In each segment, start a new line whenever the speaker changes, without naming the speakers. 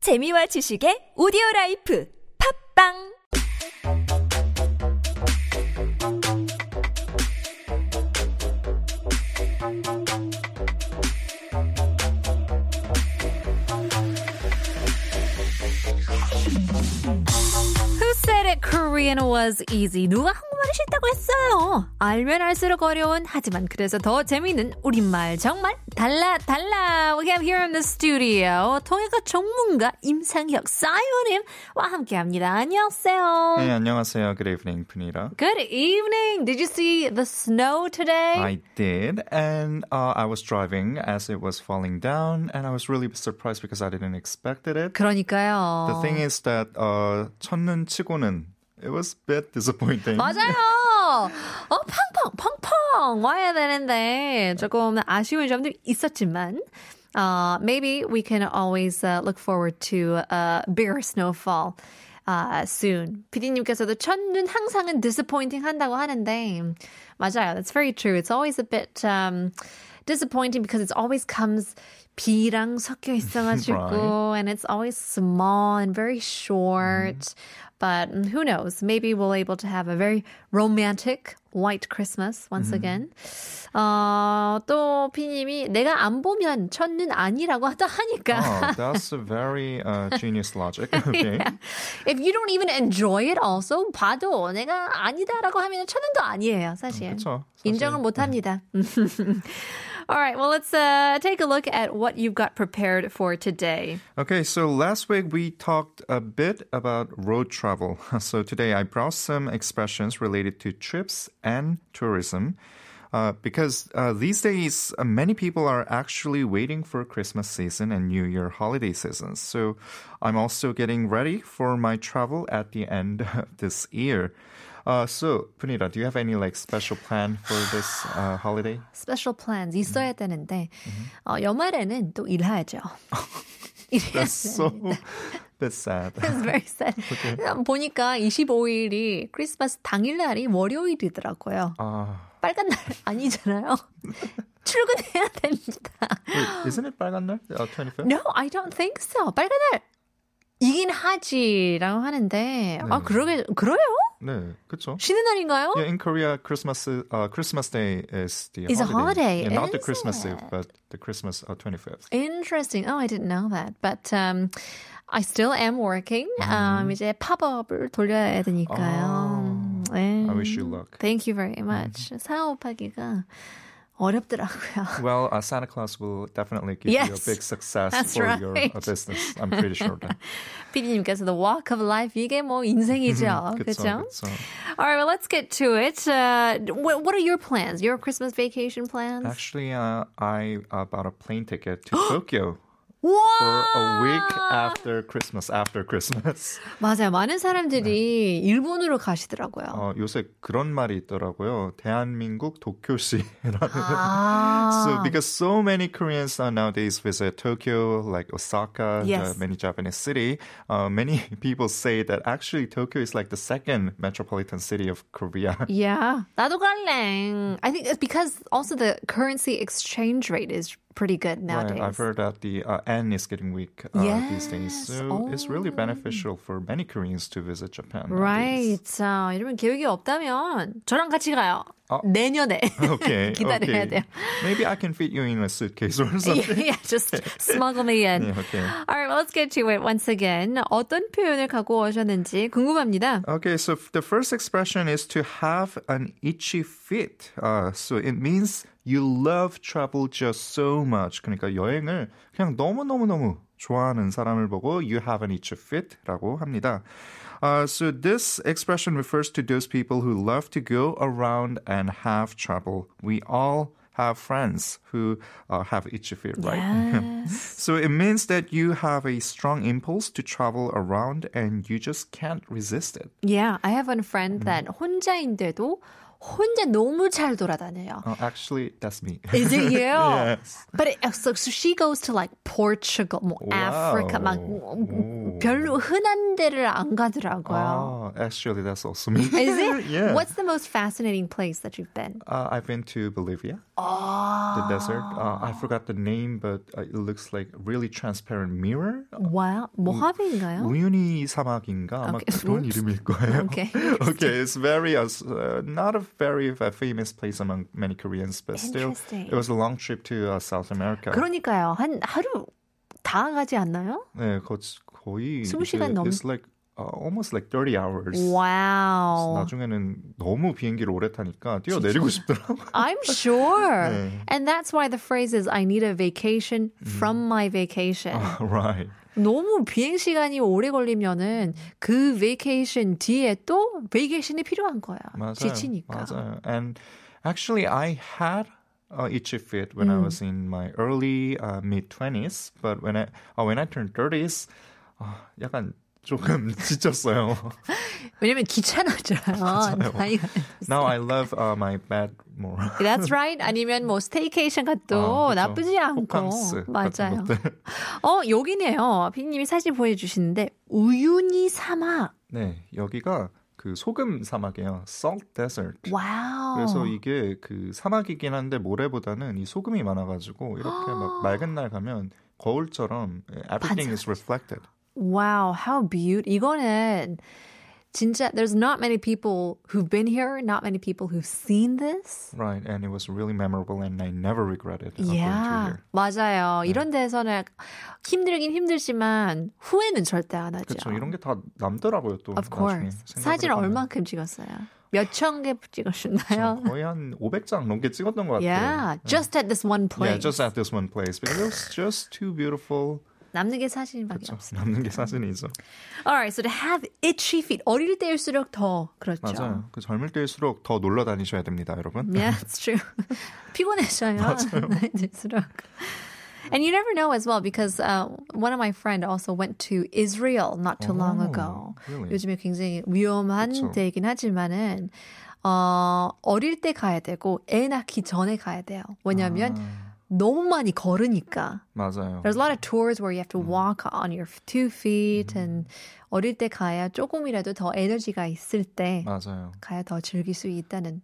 재미와 지식의 오디오 라이프 팝빵
Who said it Korean was easy? 누가 한국말이 쉽다고 했어요? 알면 알수록 어려운 하지만 그래서 더 재미있는 우리말 정말 달라 달라. We have here in the studio 통역과 전문가 임상혁 사이오님와 함께합니다. 안녕하세요.
네, 안녕하세요. Good evening, Punita.
Good evening. Did you see the snow today?
I did, and uh, I was driving as it was falling down, and I was really surprised because I didn't expect it.
그러니까요.
The thing is that uh, 첫눈 치고는 it was a bit disappointing.
맞아요. 어, 팡팡, 팡팡 와야 되는데 조금 아쉬운 점도 있었지만 uh, maybe we can always uh, look forward to a bigger snowfall. Uh, soon. PD님께서도 첫눈 항상은 disappointing 한다고 하는데 맞아요. That's very true. It's always a bit um, disappointing because it always comes 비랑 섞여 있어가지고
Right.
and it's always small and very short.
Mm-hmm.
But mm, who knows? Maybe we'll able to have a very romantic white Christmas once
Mm-hmm.
again. 어, 또 피님이 내가 안 보면 첫눈 아니라고 하다 하니까.
Oh, that's a very uh, genius logic. Okay.
If you don't even enjoy it also 봐도 내가 아니다라고 하면 첫눈도 아니에요 사실.
그쵸, 사실.
인정을 못합니다. All right, well let's uh, take a look at what you've got prepared for today.
Okay, so last week we talked a bit about road travel. So today I brought some expressions related to trips and tourism. Uh, because uh, these days, uh, many people are actually waiting for Christmas season and New Year holiday seasons. So I'm also getting ready for my travel at the end of this year. Uh, so, Punita, do you have any like special plan for this uh, holiday?
Special plans 있어야 되는데 어, 연말에는 또 일해야죠.
That's so bit sad.
It's very sad. 보니까 25일이 크리스마스 당일날이 월요일이더라고요.
Ah.
빨간 날 아니잖아요. 출근해야 됩니다.
Wait, isn't it 빨간 날? Uh, 25th?
No, I don't think so. 빨간 날 이긴 하지라고 하는데 아 그러게 그래요?
네, 그쵸.
쉬는 날인가요?
Yeah, in Korea, Christmas is- uh, Christmas Day is the
It's a holiday,
Yeah, not the
isn't
Christmas Eve,
it?
but the Christmas uh, 25th.
Interesting. Oh, I didn't know that. But um, I still am working.
Mm-hmm.
Um, 이제 팝업을 돌려야 되니까요.
Oh, I wish
Mm.
you luck. Mm-hmm.
Thank you very much. 사업하기가 어렵더라고요.
Well, uh, Santa Claus will definitely give you
Yes.
a big success
That's
for your
right.
uh, business. I'm pretty sure. of that.
피디님께서 the walk of life 이게 뭐 인생이죠,
Good song,
그렇죠?
good song.
All right, well, let's get to it. Uh, what, what are your plans? Your Christmas vacation plans?
Actually, uh, I uh, bought a plane ticket to Tokyo for
와!
a week
Ah!
after Christmas. After Christmas.
맞아요. 많은 사람들이 일본으로 가시더라고요.
어, 요새 그런 말이 있더라고요. 대한민국 도쿄시라는. So
아.
because so many Koreans uh, nowadays visit Tokyo, like Osaka,
Yes.
the many Japanese city, uh, many people say that actually Tokyo is like the second metropolitan city of Korea.
Yeah. 나도 갈래. I think it's because also the currency exchange rate is pretty good nowadays.
Right, I've heard that the uh, N is getting weak uh, these days,
Yes. Oh.
so it's really beneficial for many Koreans to visit Japan. nowadays.
Right. 자, 여러분 계획이 없다면 저랑 같이 가요.
어.
내년에.
Okay.
기다려야
okay.
돼요.
Maybe I can fit you in a suitcase or something.
yeah, just smuggle me in.
Yeah, okay.
All right, well, let's get to it once again. 어떤 표현을 갖고 오셨는지 궁금합니다.
Okay, so f- the first expression is to have an itchy feet. Uh, so it means you love travel just so much. 그러니까 여행을 그냥 너무너무너무 좋아하는 사람을 보고 you have an itchy feet라고 합니다. Uh, so this expression refers to those people who love to go around and have travel. We all have friends who uh, have itchy feet, right? So it means that you have a strong impulse to travel around and you just can't resist it.
Yeah, I have a friend that 혼자인데도 혼자 너무 잘 돌아다녀요.
Uh, actually, that's me.
Is it you?
Yes.
But it, so, so she goes to like Portugal, 뭐 Africa, 막
Wow.
별로 흔한 데를 안 가더라고요.
Ah, actually, that's also me.
Is it?
yeah.
What's the most fascinating place that you've been?
Uh, I've been to Bolivia,
Ah.
the desert. Uh, I forgot the name, but uh, it looks like really transparent mirror.
와, 모하베인가요?
우유니 사막인가 아마
Oh. Okay.
그런
Oops.
이름일 거예요.
Okay.
okay. It's very uh, s- uh, not a very uh, famous place among many Koreans, but still
Interesting.
it was a long trip to uh, South America.
그러니까요. 한 하루 다 가지 않나요?
네, 거, 거의
스무
이제
시간 넘-
Uh, It's like uh, almost like 30 hours.
와우.
나중에는 너무 비행기를 오래 타니까 뛰어내리고 싶더라고요.
I'm sure.
네.
And that's why the phrase is I need a vacation from my vacation.
right.
너무 비행 시간이 오래 걸리면은 그 vacation 뒤에 또 vacation이 필요한 거예요.
맞아요.
지치니까.
맞아요. And actually, I had uh, itchy feet when I
음.
was in my early uh, mid twenties, but when I uh, when I turned thirties, uh, 약간 조금 지쳤어요.
왜냐면 귀찮아져요. 나이가.
Now I love uh, my bed more.
That's right. 아니면 뭐 스테이케이션 같도
아, 그쵸.
나쁘지 않고.
호캉스 같은
맞아요.
것들.
어, 여기네요. 피디님이 사진 보여주시는데 우유니 사막.
네, 여기가 그 소금 사막이에요. Salt Desert.
와우.
그래서 이게 그 사막이긴 한데 모래보다는 이 소금이 많아가지고 이렇게 막 맑은 날 가면 거울처럼 예, everything is reflected.
Wow, how beautiful. 이거는 진짜 there's not many people who've been here, not many people who've seen this.
Right, and it was really memorable, and I never regretted uh, going to
Yeah,
here.
맞아요. 이런 데서는 힘들긴 힘들지만 후회는 절대 안 하죠.
그렇죠. 이런 게 다 남더라고요 또.
of
나중에
course.
생각을
사진
해보면.
얼만큼 찍었어요? 몇 천 개 찍으셨나요?
저 거의 한 500장 넘게 찍었던 것 같아요. 네.
Yeah, just at this one place.
Yeah, just at this one place because it was just too beautiful.
남는 게 사진밖에
그렇죠.
없어요.
남는 게 사진이죠.
Alright, so to have itchy feet. 어릴 때일수록 더 그렇죠.
맞아요. 그 젊을 때일수록 더 놀러 다니셔야 됩니다, 여러분.
Yeah, it's true. 피곤해져요. 나이 들수록. And you never know as well because uh, one of my friend also went to Israel not too long
Oh,
ago.
really?
요즘에 굉장히 위험한
그쵸.
데이긴 하지만은 어, 어릴 때 가야 되고 애 낳기 전에 가야 돼요. 왜냐하면
아.
너무 많이 걸으니까.
맞아요.
There's a lot of tours where you have to
음.
walk on your two feet and 어릴 때 가야 조금이라도 더 에너지가 있을 때
맞아요.
가야 더 즐길 수 있다는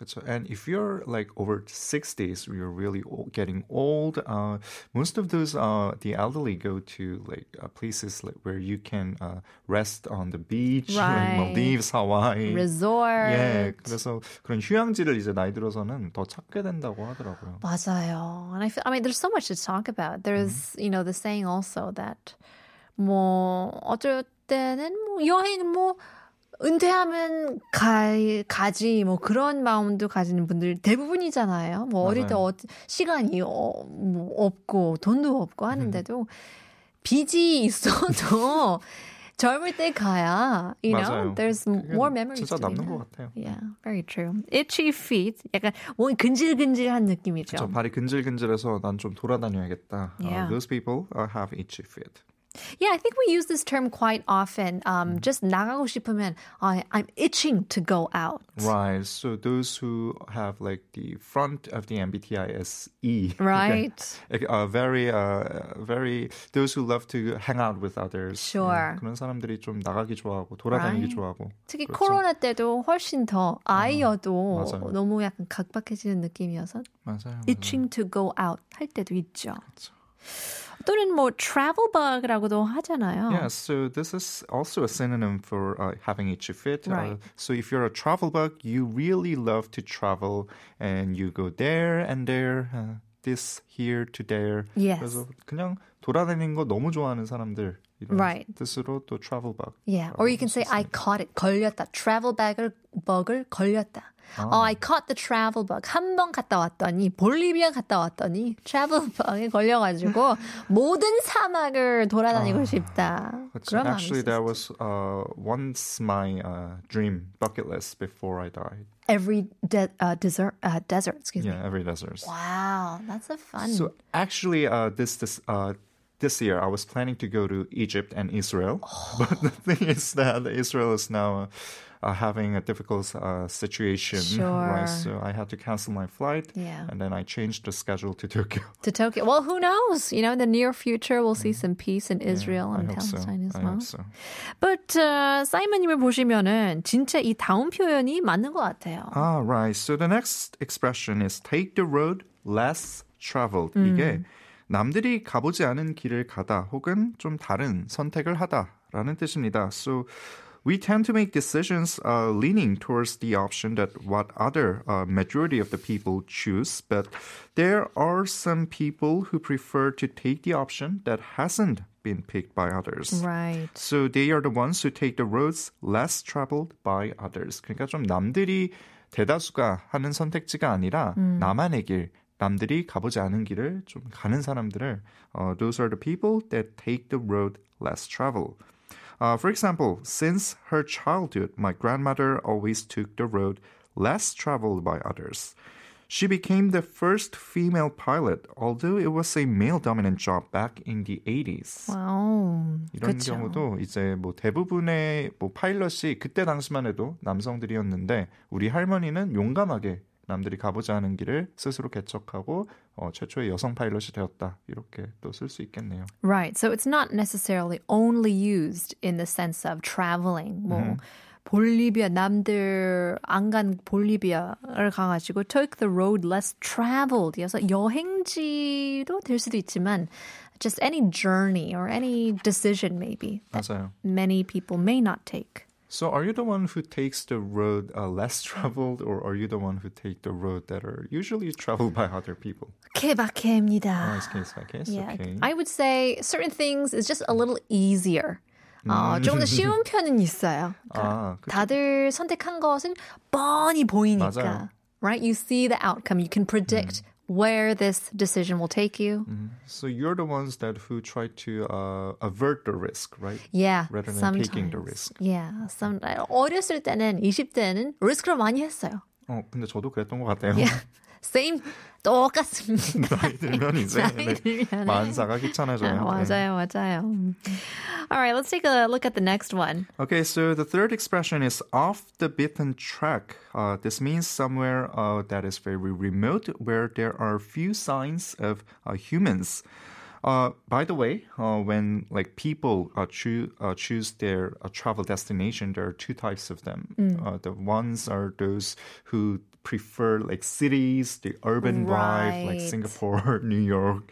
그렇죠. And if you're like over 60s, you're really old, getting old. Uh, most of those uh, the elderly go to like uh, places like where you can uh, rest on the beach,
Right.
like Maldives, Hawaii.
resort.
예, 그래서 그런 휴양지를 이제 나이 들어서는 더 찾게 된다고 하더라고요.
맞아요. And I feel, I mean, there's so much to talk
음.
about. There's, you know, the saying also that 뭐 어쩔 때는 뭐 여행 뭐 은퇴하면 가, 가지 뭐 그런 마음도 가지는 분들 대부분이잖아요. 뭐 어릴 때
맞아요.
어, 시간이 어, 뭐 없고 돈도 없고 하는데도 빚이 있어도 젊을 때 가야, you know,
맞아요.
there's
그게
more memories.
진짜
to be
남는
had.
것 같아요.
Yeah, very true. Itchy feet. 약간 뭔 근질근질한 느낌이죠.
저 발이 근질근질해서 난 좀 돌아다녀야겠다. Uh,
Yeah.
those people uh, have itchy feet.
Yeah, I think we use this term quite often. Um,
음.
Just 나가고 싶으면 I, I'm itching to go out.
Right. So those who have like the front of the MBTI is E.
Right.
Uh, very, uh, very those who love to hang out with others.
Sure.
예, 그런 사람들이 좀 나가기 좋아하고 돌아다니기
Right.
좋아하고.
특히
그렇죠. 음,
코로나 때도 훨씬 더 아이여도
맞아요.
너무 약간 각박해지는 느낌이어서
맞아요.
itching to go out 할 때도 있죠.
그렇죠.
또는 뭐 travel bug라고도 하잖아요.
Yeah, so this is also a synonym for uh, having itchy feet.
Right.
Uh, so if you're a travel bug, you really love to travel and you go there and there, uh, this here to there.
Yes.
그래서 그냥 돌아다니는 거 너무 좋아하는 사람들 이런
Right.
뜻으로 또 travel bug.
Yeah, or you can say I caught it. 걸렸다. Travel bag을 bug을 걸렸다.
아.
Oh, I caught the travel bug. 한 번 갔다 왔더니 볼리비아 갔다 왔더니 travel bug에 걸려가지고 모든 사막을 돌아다니고 싶다.
그렇죠.
그런 마음이
Actually,
있었어요.
that was uh, once my uh, dream bucket list before I died.
every de- uh, desert. Uh, desert. Excuse me.
Yeah, every desert.
Wow, that's a fun.
So actually, uh, this this uh, this year I was planning to go to Egypt and Israel,
Oh.
but the thing is that Israel is now. Uh, having a difficult uh, situation,
Sure.
right? So I had to cancel my flight,
Yeah.
and then I changed the schedule to Tokyo.
to Tokyo. Well, who knows? You know, in the near future, we'll see some peace in Israel
I
and
hope so.
Palestine as
I
well.
hope so.
But uh, 사이먼님을 보시면은 진짜 이 다운 표현이 맞는 것 같아요.
All right. So the next expression is take the road less traveled. 이게 남들이 가보지 않은 길을 가다 혹은 좀 다른 선택을 하다라는 뜻입니다. So we tend to make decisions uh, leaning towards the option that what other uh, majority of the people choose, but there are some people who prefer to take the option that hasn't been picked by others.
Right.
So they are the ones who take the roads less traveled by others. 그러니까 좀 남들이 대다수가 하는 선택지가 아니라 나만의 길, 남들이 가보지 않은 길을 좀 가는 사람들을 어, those are the people that take the road less traveled. Uh, for example, since her childhood, my grandmother always took the road less traveled by others. She became the first female pilot, although it was a male dominant job back in the 80s.
와우.
이런
그쵸.
경우도 이제 뭐 대부분의 뭐 파일럿이 그때 당시만 해도 남성들이었는데 우리 할머니는 용감하게 남들이 가보지 않은 길을 스스로 개척하고 어, 최초의 여성 파일럿이 되었다 이렇게 또 쓸 수 있겠네요.
Right. So it's not necessarily only used in the sense of traveling. 뭐 볼리비아 남들 안 간 볼리비아를 가가지고 took the road less traveled. 이어서 여행지도 될 수도 있지만 just any journey or any decision maybe that
맞아요.
many people may not take.
So are you the one who takes the road uh, less traveled, or are you the one who take the road that are usually traveled by other people?
케바케입니다.
Nice case by case.
Yeah,
Okay.
I would say certain things is just a little easier. 어, 조금 더 쉬운 편은 있어요.
아, 그-
다들 선택한 것은 뻔히 보이니까.
맞아요.
Right? You see the outcome. You can predict where this decision will take you.
so you're the ones that who try to uh, avert the risk, right?
Yeah.
Rather than
sometimes.
taking the risk.
Yeah. Some, 어렸을 때는 20대는 리스크를 많이 했어요.
어, 근데 저도 그랬던 것 같아요.
Same 똑같습니다.
나이 들면 이제
나이
네,
들면은.
만사가 귀찮아져요.
아,
네.
맞아요, 맞아요. All right, let's take a look at the next one.
Okay, so the third expression is off the beaten track. Uh, this means somewhere uh, that is very remote where there are few signs of uh, humans. Uh, by the way, uh, when like people uh, choo- uh, choose their uh, travel destination, there are two types of them.
Mm.
Uh, the ones are those who prefer like cities, the urban vibe, like
Right.
Singapore, New York.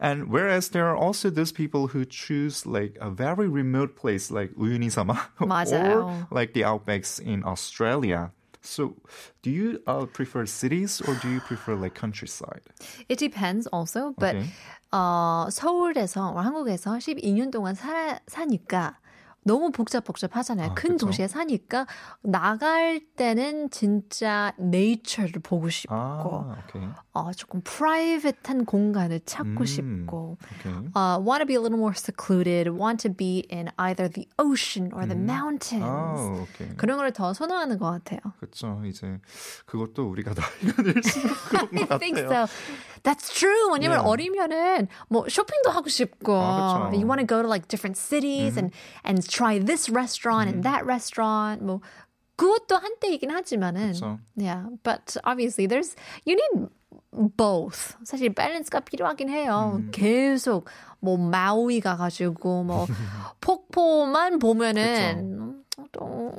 And whereas there are also those people who choose like a very remote place like Uyunisama or
맞아요.
like the outbacks in Australia. So, do you uh, prefer cities or do you prefer like countryside?
It depends also, but
Okay.
어, 서울에서 or 한국에서 12년 동안 살아, 사니까 너무 복잡 복잡하잖아요. 큰
그쵸.
도시에 사니까 나갈 때는 진짜 네이처를 보고 싶고
Ah, okay.
어, 조금 프라이빗한 공간을 찾고
음.
싶고
Okay.
uh, want to be a little more secluded, want to be in either the ocean or
음.
the mountains.
Oh, okay.
그런 걸 더 선호하는 것 같아요.
그렇죠. 이제 그것도 우리가 나이가 들수록 그런 것
I think
같아요.
so. That's true. 왜냐면
Yeah.
어리면은 뭐 쇼핑도 하고 싶고
아, 그쵸.
you want to go to like different cities and and try this restaurant and that restaurant 뭐 그것도 한때이긴 하지만은
그쵸.
yeah. But obviously there's you need both. 사실 밸런스가 필요하긴 해요. 계속 뭐 마우이 가가지고 뭐 폭포만 보면은 또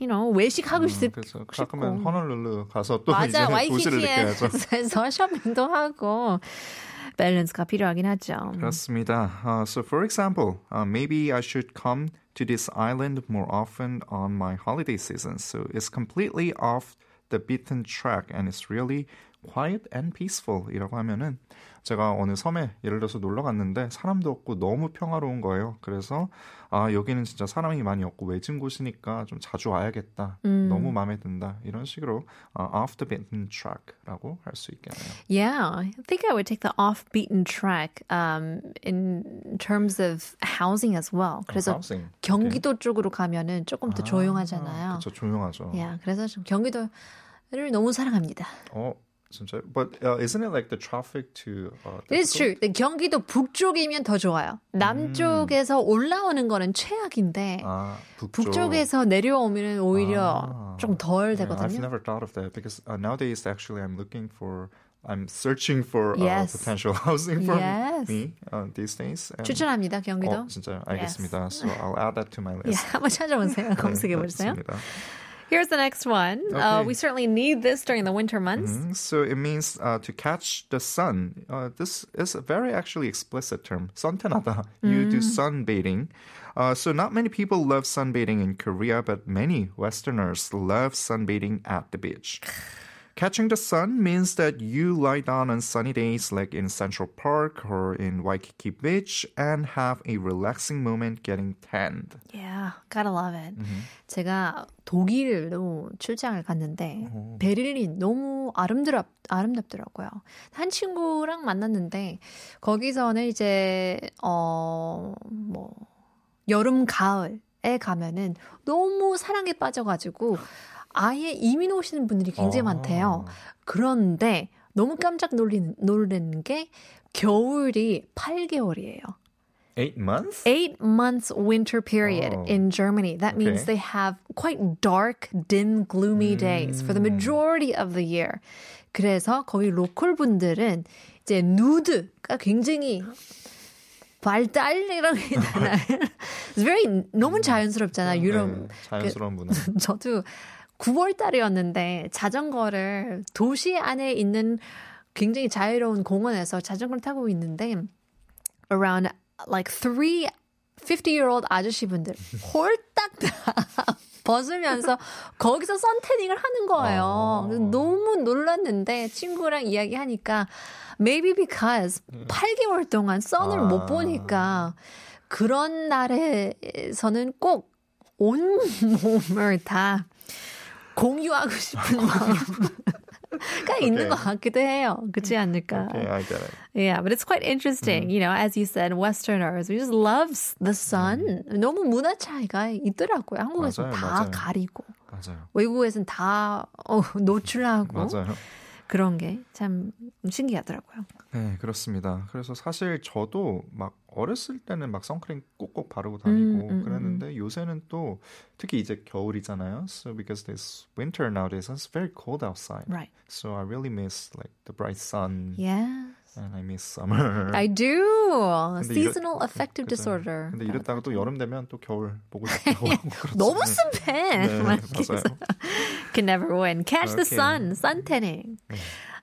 you know 외식하고 싶,
음, 그래서
싶고
가끔은 허널룰루 가서 또 이제
맞아
도시를 느껴야죠.
와이키키에서 쇼핑도 하고 밸런스가 필요하긴 하죠.
그렇습니다. Uh, so, for example, uh, maybe I should come to this island more often on my holiday season. So, it's completely off the beaten track and it's really quiet and peaceful. 이라고 하면은 제가 어느 섬에 예를 들어서 놀러 갔는데 사람도 없고 너무 평화로운 거예요. 그래서 아 여기는 진짜 사람이 많이 없고 외진 곳이니까 좀 자주 와야겠다. 너무 마음에 든다. 이런 식으로 어, off the beaten track라고 할 수 있겠네요.
Yeah, I think I would take the off beaten track um, in terms of housing as well. 그래서
housing.
경기도
네.
쪽으로 가면은 조금
아,
더 조용하잖아요. 예.
그렇죠 조용하죠.
yeah, 그래서 좀 경기도를 너무 사랑합니다.
어, 진짜요? But uh, isn't it like the traffic to? Uh,
It's true. 근데 경기도 북쪽이면 더 좋아요. 남쪽에서 올라오는 거는 최악인데
음. 아, 북쪽.
북쪽에서 내려오면 오히려
아.
좀 덜
Yeah, I've
되거든요.
never thought of that because uh, nowadays actually I'm looking for. I'm searching for uh,
Yes.
potential housing for
Yes.
me uh, these days. And,
추천합니다. 경기도.
어, 진짜요? 알겠습니다. So I'll add that to my
예,
list.
한번 찾아보세요. 검색해 보세요.
알겠습니다.
Here's the next one. Uh,
Okay.
we certainly need this during the winter months.
Mm, So it means uh, to catch the sun. Uh, this is a very actually explicit term. Suntanada. You do
Mm.
sunbathing. Uh, so not many people love sunbathing in Korea, but many Westerners love sunbathing at the beach. Catching the sun means that you lie down on sunny days like in Central Park or in Waikiki Beach and have a relaxing moment getting tanned.
Yeah, gotta love it. 제가 독일로 출장을 갔는데 베를린 너무 아름드럽 아름답더라고요. 한 친구랑 만났는데 거기서는 이제 어, 어뭐 여름 가을에 가면은 너무 사랑에 빠져가지고 아예 이민 오시는 분들이 굉장히
아.
많대요. 그런데 너무 깜짝 놀리는 놀라는 게 겨울이 8개월이에요.
Eight months?
eight months winter period
Oh.
in Germany. That means
Okay.
they have quite dark, dim, gloomy days for the
Mm.
majority of the year. 그래서 거기 로컬 분들은 이제 누드가 굉장히 발달이라고 해야 되나? It's very 너무 자연스럽잖아. 유럽
네, 자연스러운 문화.
저도 9월 달이었는데 자전거를 도시 안에 있는 굉장히 자유로운 공원에서 자전거를 타고 있는데 around like three 50-year-old 아저씨분들 홀딱 다 벗으면서 거기서 선탠닝을 하는 거예요.
아.
그래서 너무 놀랐는데 친구랑 이야기하니까 maybe because 8개월 동안 선을
아.
못 보니까 그런 날에서는 꼭 온 몸을 다 공유하고 싶은 마음가 있는
아, 오케이.
것 같기도 해요. 그렇지 않을까?
Okay, I get it.
Yeah, but it's quite
음.
interesting. You know, as you said, Westerners, we just love the sun. 너무 문화 차이가 있더라고요. 한국에서는
음. 맞아요,
다
맞아요.
가리고,
맞아요.
외국에서는 다 어, 노출하고
맞아요.
그런 게 참 신기하더라고요.
네, 그렇습니다. 그래서 사실 저도 막 어렸을 때는 막 선크림 꼭꼭 바르고 다니고
음, 음,
그랬는데 요새는 또 특히 이제 겨울이잖아요. So because this winter nowadays it's very cold outside.
Right.
So I really miss like the bright sun
Yeah.
and I miss summer.
I do.
근데 이러-
Seasonal affective
그죠.
disorder.
근데 이랬다가 또 여름 되면 또 겨울 보고 싶다고 하고 그렇죠.
예, 너무 습해.
네,
막
맞아요.
Can never win. Catch the
Okay. 네.
sun. Sun tanning.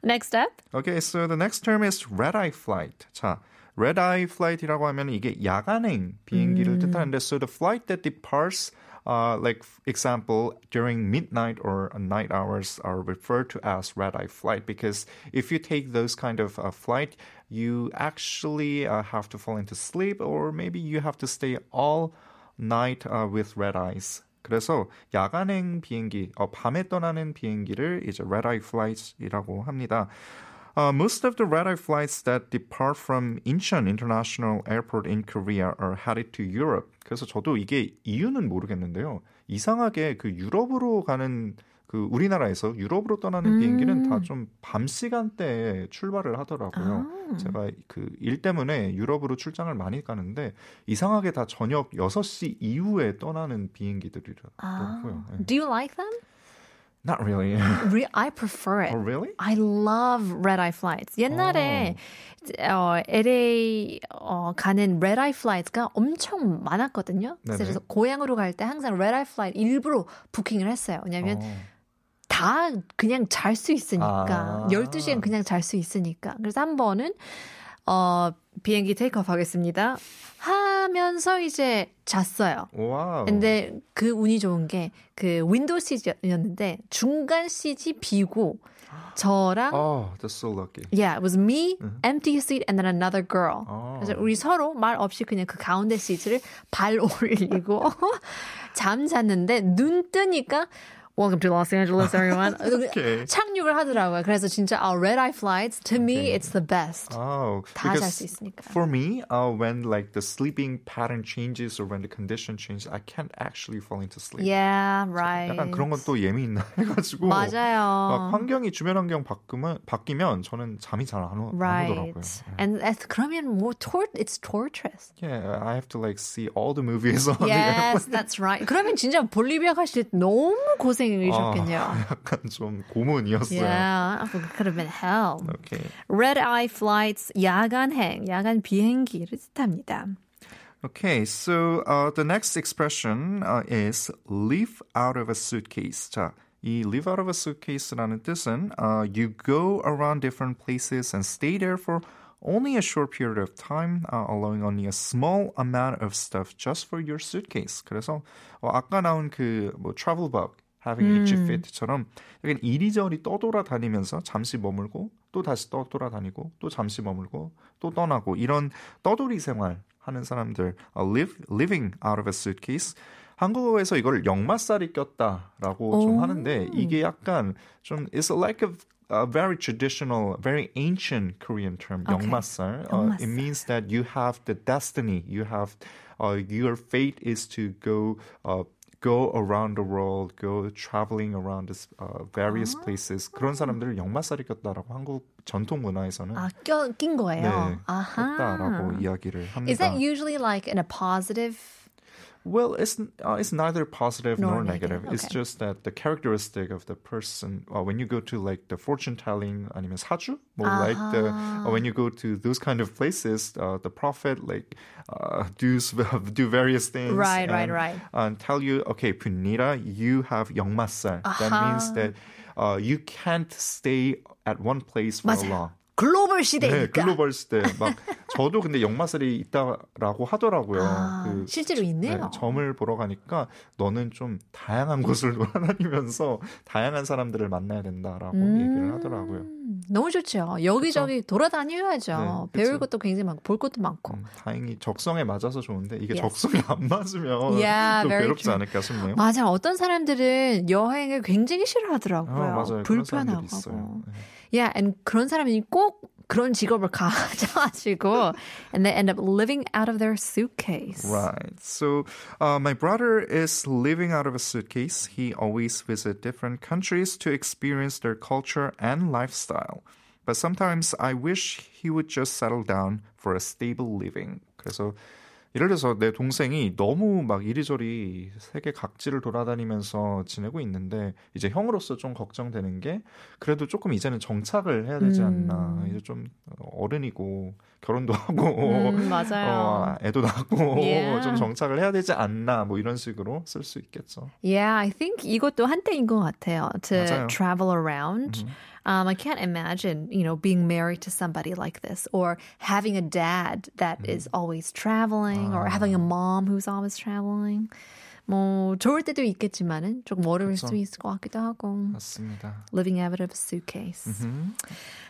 Next up.
Okay, so the next term is red eye flight. 자, red eye flight이라고 하면 이게 야간행 비행기를 뜻하는데 so the flight that departs uh, like for example during midnight or night hours are referred to as red eye flight because if you take those kind of uh, flight you actually uh, have to fall into sleep or maybe you have to stay all night uh, with red eyes. 그래서 야간행 비행기, 어, 밤에 떠나는 비행기를 이제 red eye flight이라고 합니다. Uh, most of the red eye flights that depart from Incheon International Airport in Korea are headed to Europe. 그래서 저도 이게 이유는 모르겠는데요. 이상하게 그 유럽으로 가는 그 우리나라에서 유럽으로 떠나는 비행기는
음.
다 좀 밤 시간대에 출발을 하더라고요.
아.
제가 그 일 때문에 유럽으로 출장을 많이 가는데 이상하게 다 저녁 6시 이후에 떠나는 비행기들이더라고요.
아.
예.
Do you like them?
Not really.
Re- I prefer it.
oh, really?
I love red eye flights. 옛날에 어, LA 어, 가는 red eye flights가 엄청 많았거든요. 그래서
네네.
그래서 고향으로 갈 때 항상 red eye flight 일부러 부킹을 했어요. 왜냐면
어.
다 그냥 잘 수 있으니까
아.
12시간 그냥 잘 수 있으니까 그래서 한 번은 어 비행기 테이크업 하겠습니다 하면서 이제 잤어요
와우.
근데 그 운이 좋은 게 그 윈도우 시즈였는데 중간 시지 비고 저랑
Oh, that's so lucky.
Yeah, it was me, empty seat, and then another girl.
아.
그래서 우리 서로 말 없이 그냥 그 가운데 시트를 발 올리고 잠 잤는데 눈 뜨니까 Welcome to Los Angeles, everyone. 그
Okay.
착륙을 하더라고요. 그래서 진짜 uh, red-eye flights, to me, it's the best.
Oh,
다잘수
because
있으니까.
for me, uh, when like the sleeping pattern changes or when the condition changes, I can't actually fall into sleep.
Yeah, right.
네. 약간 그런 건 또 예민나 해가지고
맞아요.
막 환경이 주변 환경 바꾸면 바뀌면 저는 잠이 잘 안 오더라고요. 네.
Right. And that's 그러면 뭐 tor- it's torturous.
Yeah, I have to like see all the movies on
Yes, that's right. 그러면 진짜 볼리비아 가실 때 너무
the airplane.
고생이셨겠네요.
아, 약간 좀 고문이었어요. 네.
Yeah, that could have been hell.
Okay.
Red eye flights, 야간행, 야간 비행기를 뜻합니다.
Okay, so uh, the next expression uh, is leave out of a suitcase. 자, 이 leave out of a suitcase라는 뜻은 uh, you go around different places and stay there for only a short period of time, uh, allowing only a small amount of stuff just for your suitcase. 그래서 어, 아까 나온 그뭐 travel bug having itchy feet처럼 약간 이리저리 떠돌아다니면서 잠시 머물고 또 다시 떠돌아다니고 또 잠시 머물고 또 떠나고 이런 떠돌이 생활 하는 사람들 uh, live, living out of a suitcase 한국어에서 이걸 역마살이 꼈다라고 좀 하는데 이게 약간 좀 it's like a A very traditional, very ancient Korean term, 아, 역마살. Uh, it means that you have the destiny. You have, uh, your fate is to go uh, go around the world, go traveling around this, uh, various
아.
places. 그런 사람들을 역마살이 꼈다라고 한국 전통 문화에서는
아, 껴, 낀 거예요.
네,
아하.
꼈다라고 이야기를 합니다.
Is that usually like in a positive?
Well, it's uh, it's neither positive
Nor
nor, negative.
negative,
It's
okay.
just that the characteristic of the person uh, when you go to like the fortune telling 아니면 사주, more like the uh,
Ah.
when you go to those kind of places, uh, the prophet like uh, do s- do various things,
Right,
and,
right, right.
and tell you, okay, Punira, you have 영마살. That means that uh, you can't stay at one place for long.
글로벌
네,
시대니까.
글로벌 시대 막 저도 근데 역마살이 있다라고 하더라고요. 그
아, 실제로 있네요. 어. 음.
네, 점을 보러 가니까 너는 좀 다양한 곳을 돌아다니면서 다양한 사람들을 만나야 된다라고 얘기를 하더라고요.
음, 너무 좋죠. 여기저기 돌아다녀야죠.
네,
배울
그쵸.
것도 굉장히 많고 볼 것도 많고.
음, 다행히 적성에 맞아서 좋은데 이게
Yes.
적성에 안 맞으면
Yeah,
또
very
괴롭지
true.
않을까 싶네요.
맞아요. 어떤 사람들은 여행을 굉장히 싫어하더라고요.
아, 맞아요. 그런 사람들이
불편하고.
있어요. 네.
Yeah, and 그런 사람이 꼭 그런 직업을 가져가지고 and they end up living out of their suitcase.
Right. So, uh, my brother is living out of a suitcase. He always visit different countries to experience their culture and lifestyle. But sometimes I wish he would just settle down for a stable living. 그래서 예를 들어서 내 동생이 너무 막 이리저리 세계 각지를 돌아다니면서 지내고 있는데 이제 형으로서 좀 걱정되는 게 그래도 조금 이제는 정착을 해야 되지 않나. 이제 좀 어른이고 결혼도 하고
음, 맞아요.
어, 애도 낳고
Yeah.
좀 정착을 해야 되지 않나 뭐 이런 식으로 쓸 수 있겠죠.
Yeah, I think 이것도 한때인 것 같아요. To
맞아요.
travel around. Um, I can't imagine, you know, being married to somebody like this or having a dad that is always traveling or having a mom who's always traveling. 뭐 좋을 때도 있겠지만은 조금 어려울 수 있을 것 같기도 하고.
맞습니다.
Living out of a suitcase.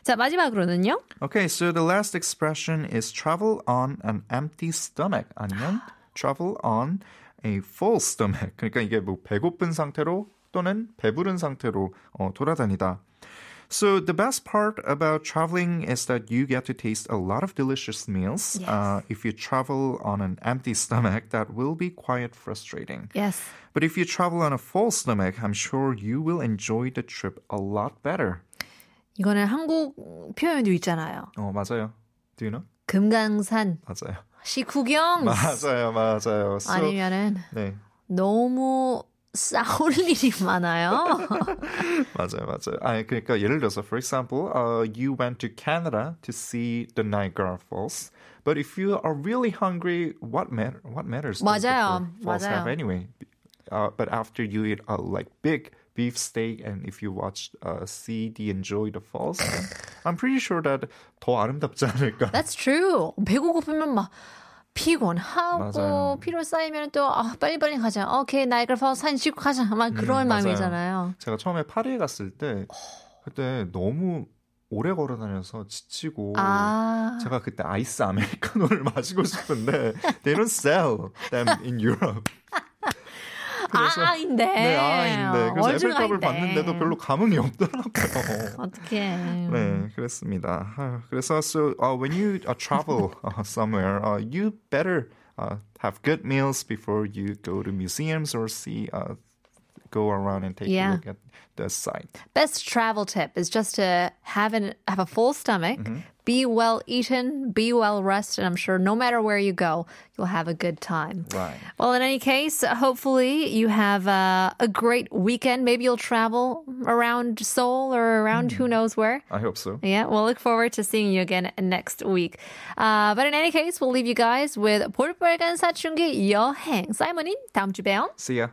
자, 마지막으로는요.
Okay, so the last expression is travel on an empty stomach 아니면 travel on a full stomach. 그러니까 이게 뭐 배고픈 상태로 또는 배부른 상태로 어, 돌아다니다. So the best part about traveling is that you get to taste a lot of delicious meals. Uh, if you travel on an empty stomach, that will be quite frustrating.
Yes.
But if you travel on a full stomach, I'm sure you will enjoy the trip a lot better.
이거는 한국 표현도 있잖아요.
어, 맞아요. Do you know?
금강산
맞아요.
시구경
맞아요, 맞아요. So,
아니면은
네,
너무 싸울 일이 많아요.
맞아요, 맞아요. 아니, 그러니까 예를 들어서, for example, uh, you went to Canada to see the Niagara Falls, but if you are really hungry, what matter? What matters? does the
맞아요,
falls
맞아요.
have anyway. Uh, but after you eat a like big beef steak and if you watch, uh, see the enjoy the falls, I'm pretty sure that 더 아름답지 않을까.
That's true. 배고프면 막 피곤하고
맞아요.
피로 쌓이면 또 아, 빨리빨리 가자. 오케이 나이가 파 산식 가자. 막 그런
맞아요.
마음이잖아요.
제가 처음에 파리에 갔을 때 그때 너무 오래 걸어 다녀서 지치고
아.
제가 그때 아이스 아메리카노를 마시고 싶은데 they don't sell them in Europe. 그래서
아인데.
네, 아인데. 그래서 에펠탑을 봤는데도 별로 감흥이 없더라고요.
어떻게?
네, 그랬습니다. 아, 그래서 so uh, when you uh, travel uh, somewhere, uh, you better uh, have good meals before you go to museums or see uh, go around and take
Yeah.
a look at the site.
Best travel tip is just to have an have a full stomach, be well eaten, be well rested. I'm sure no matter where you go, you'll have a good time.
Right.
Well, in any case, hopefully you have uh, a great weekend. Maybe you'll travel around Seoul or around who knows where.
I hope so.
Yeah, we'll look forward to seeing you again next week. Uh, but in any case, we'll leave you guys with 볼빨간 사춘기 여행. 사이먼님, 다음 주 봬요.
See ya.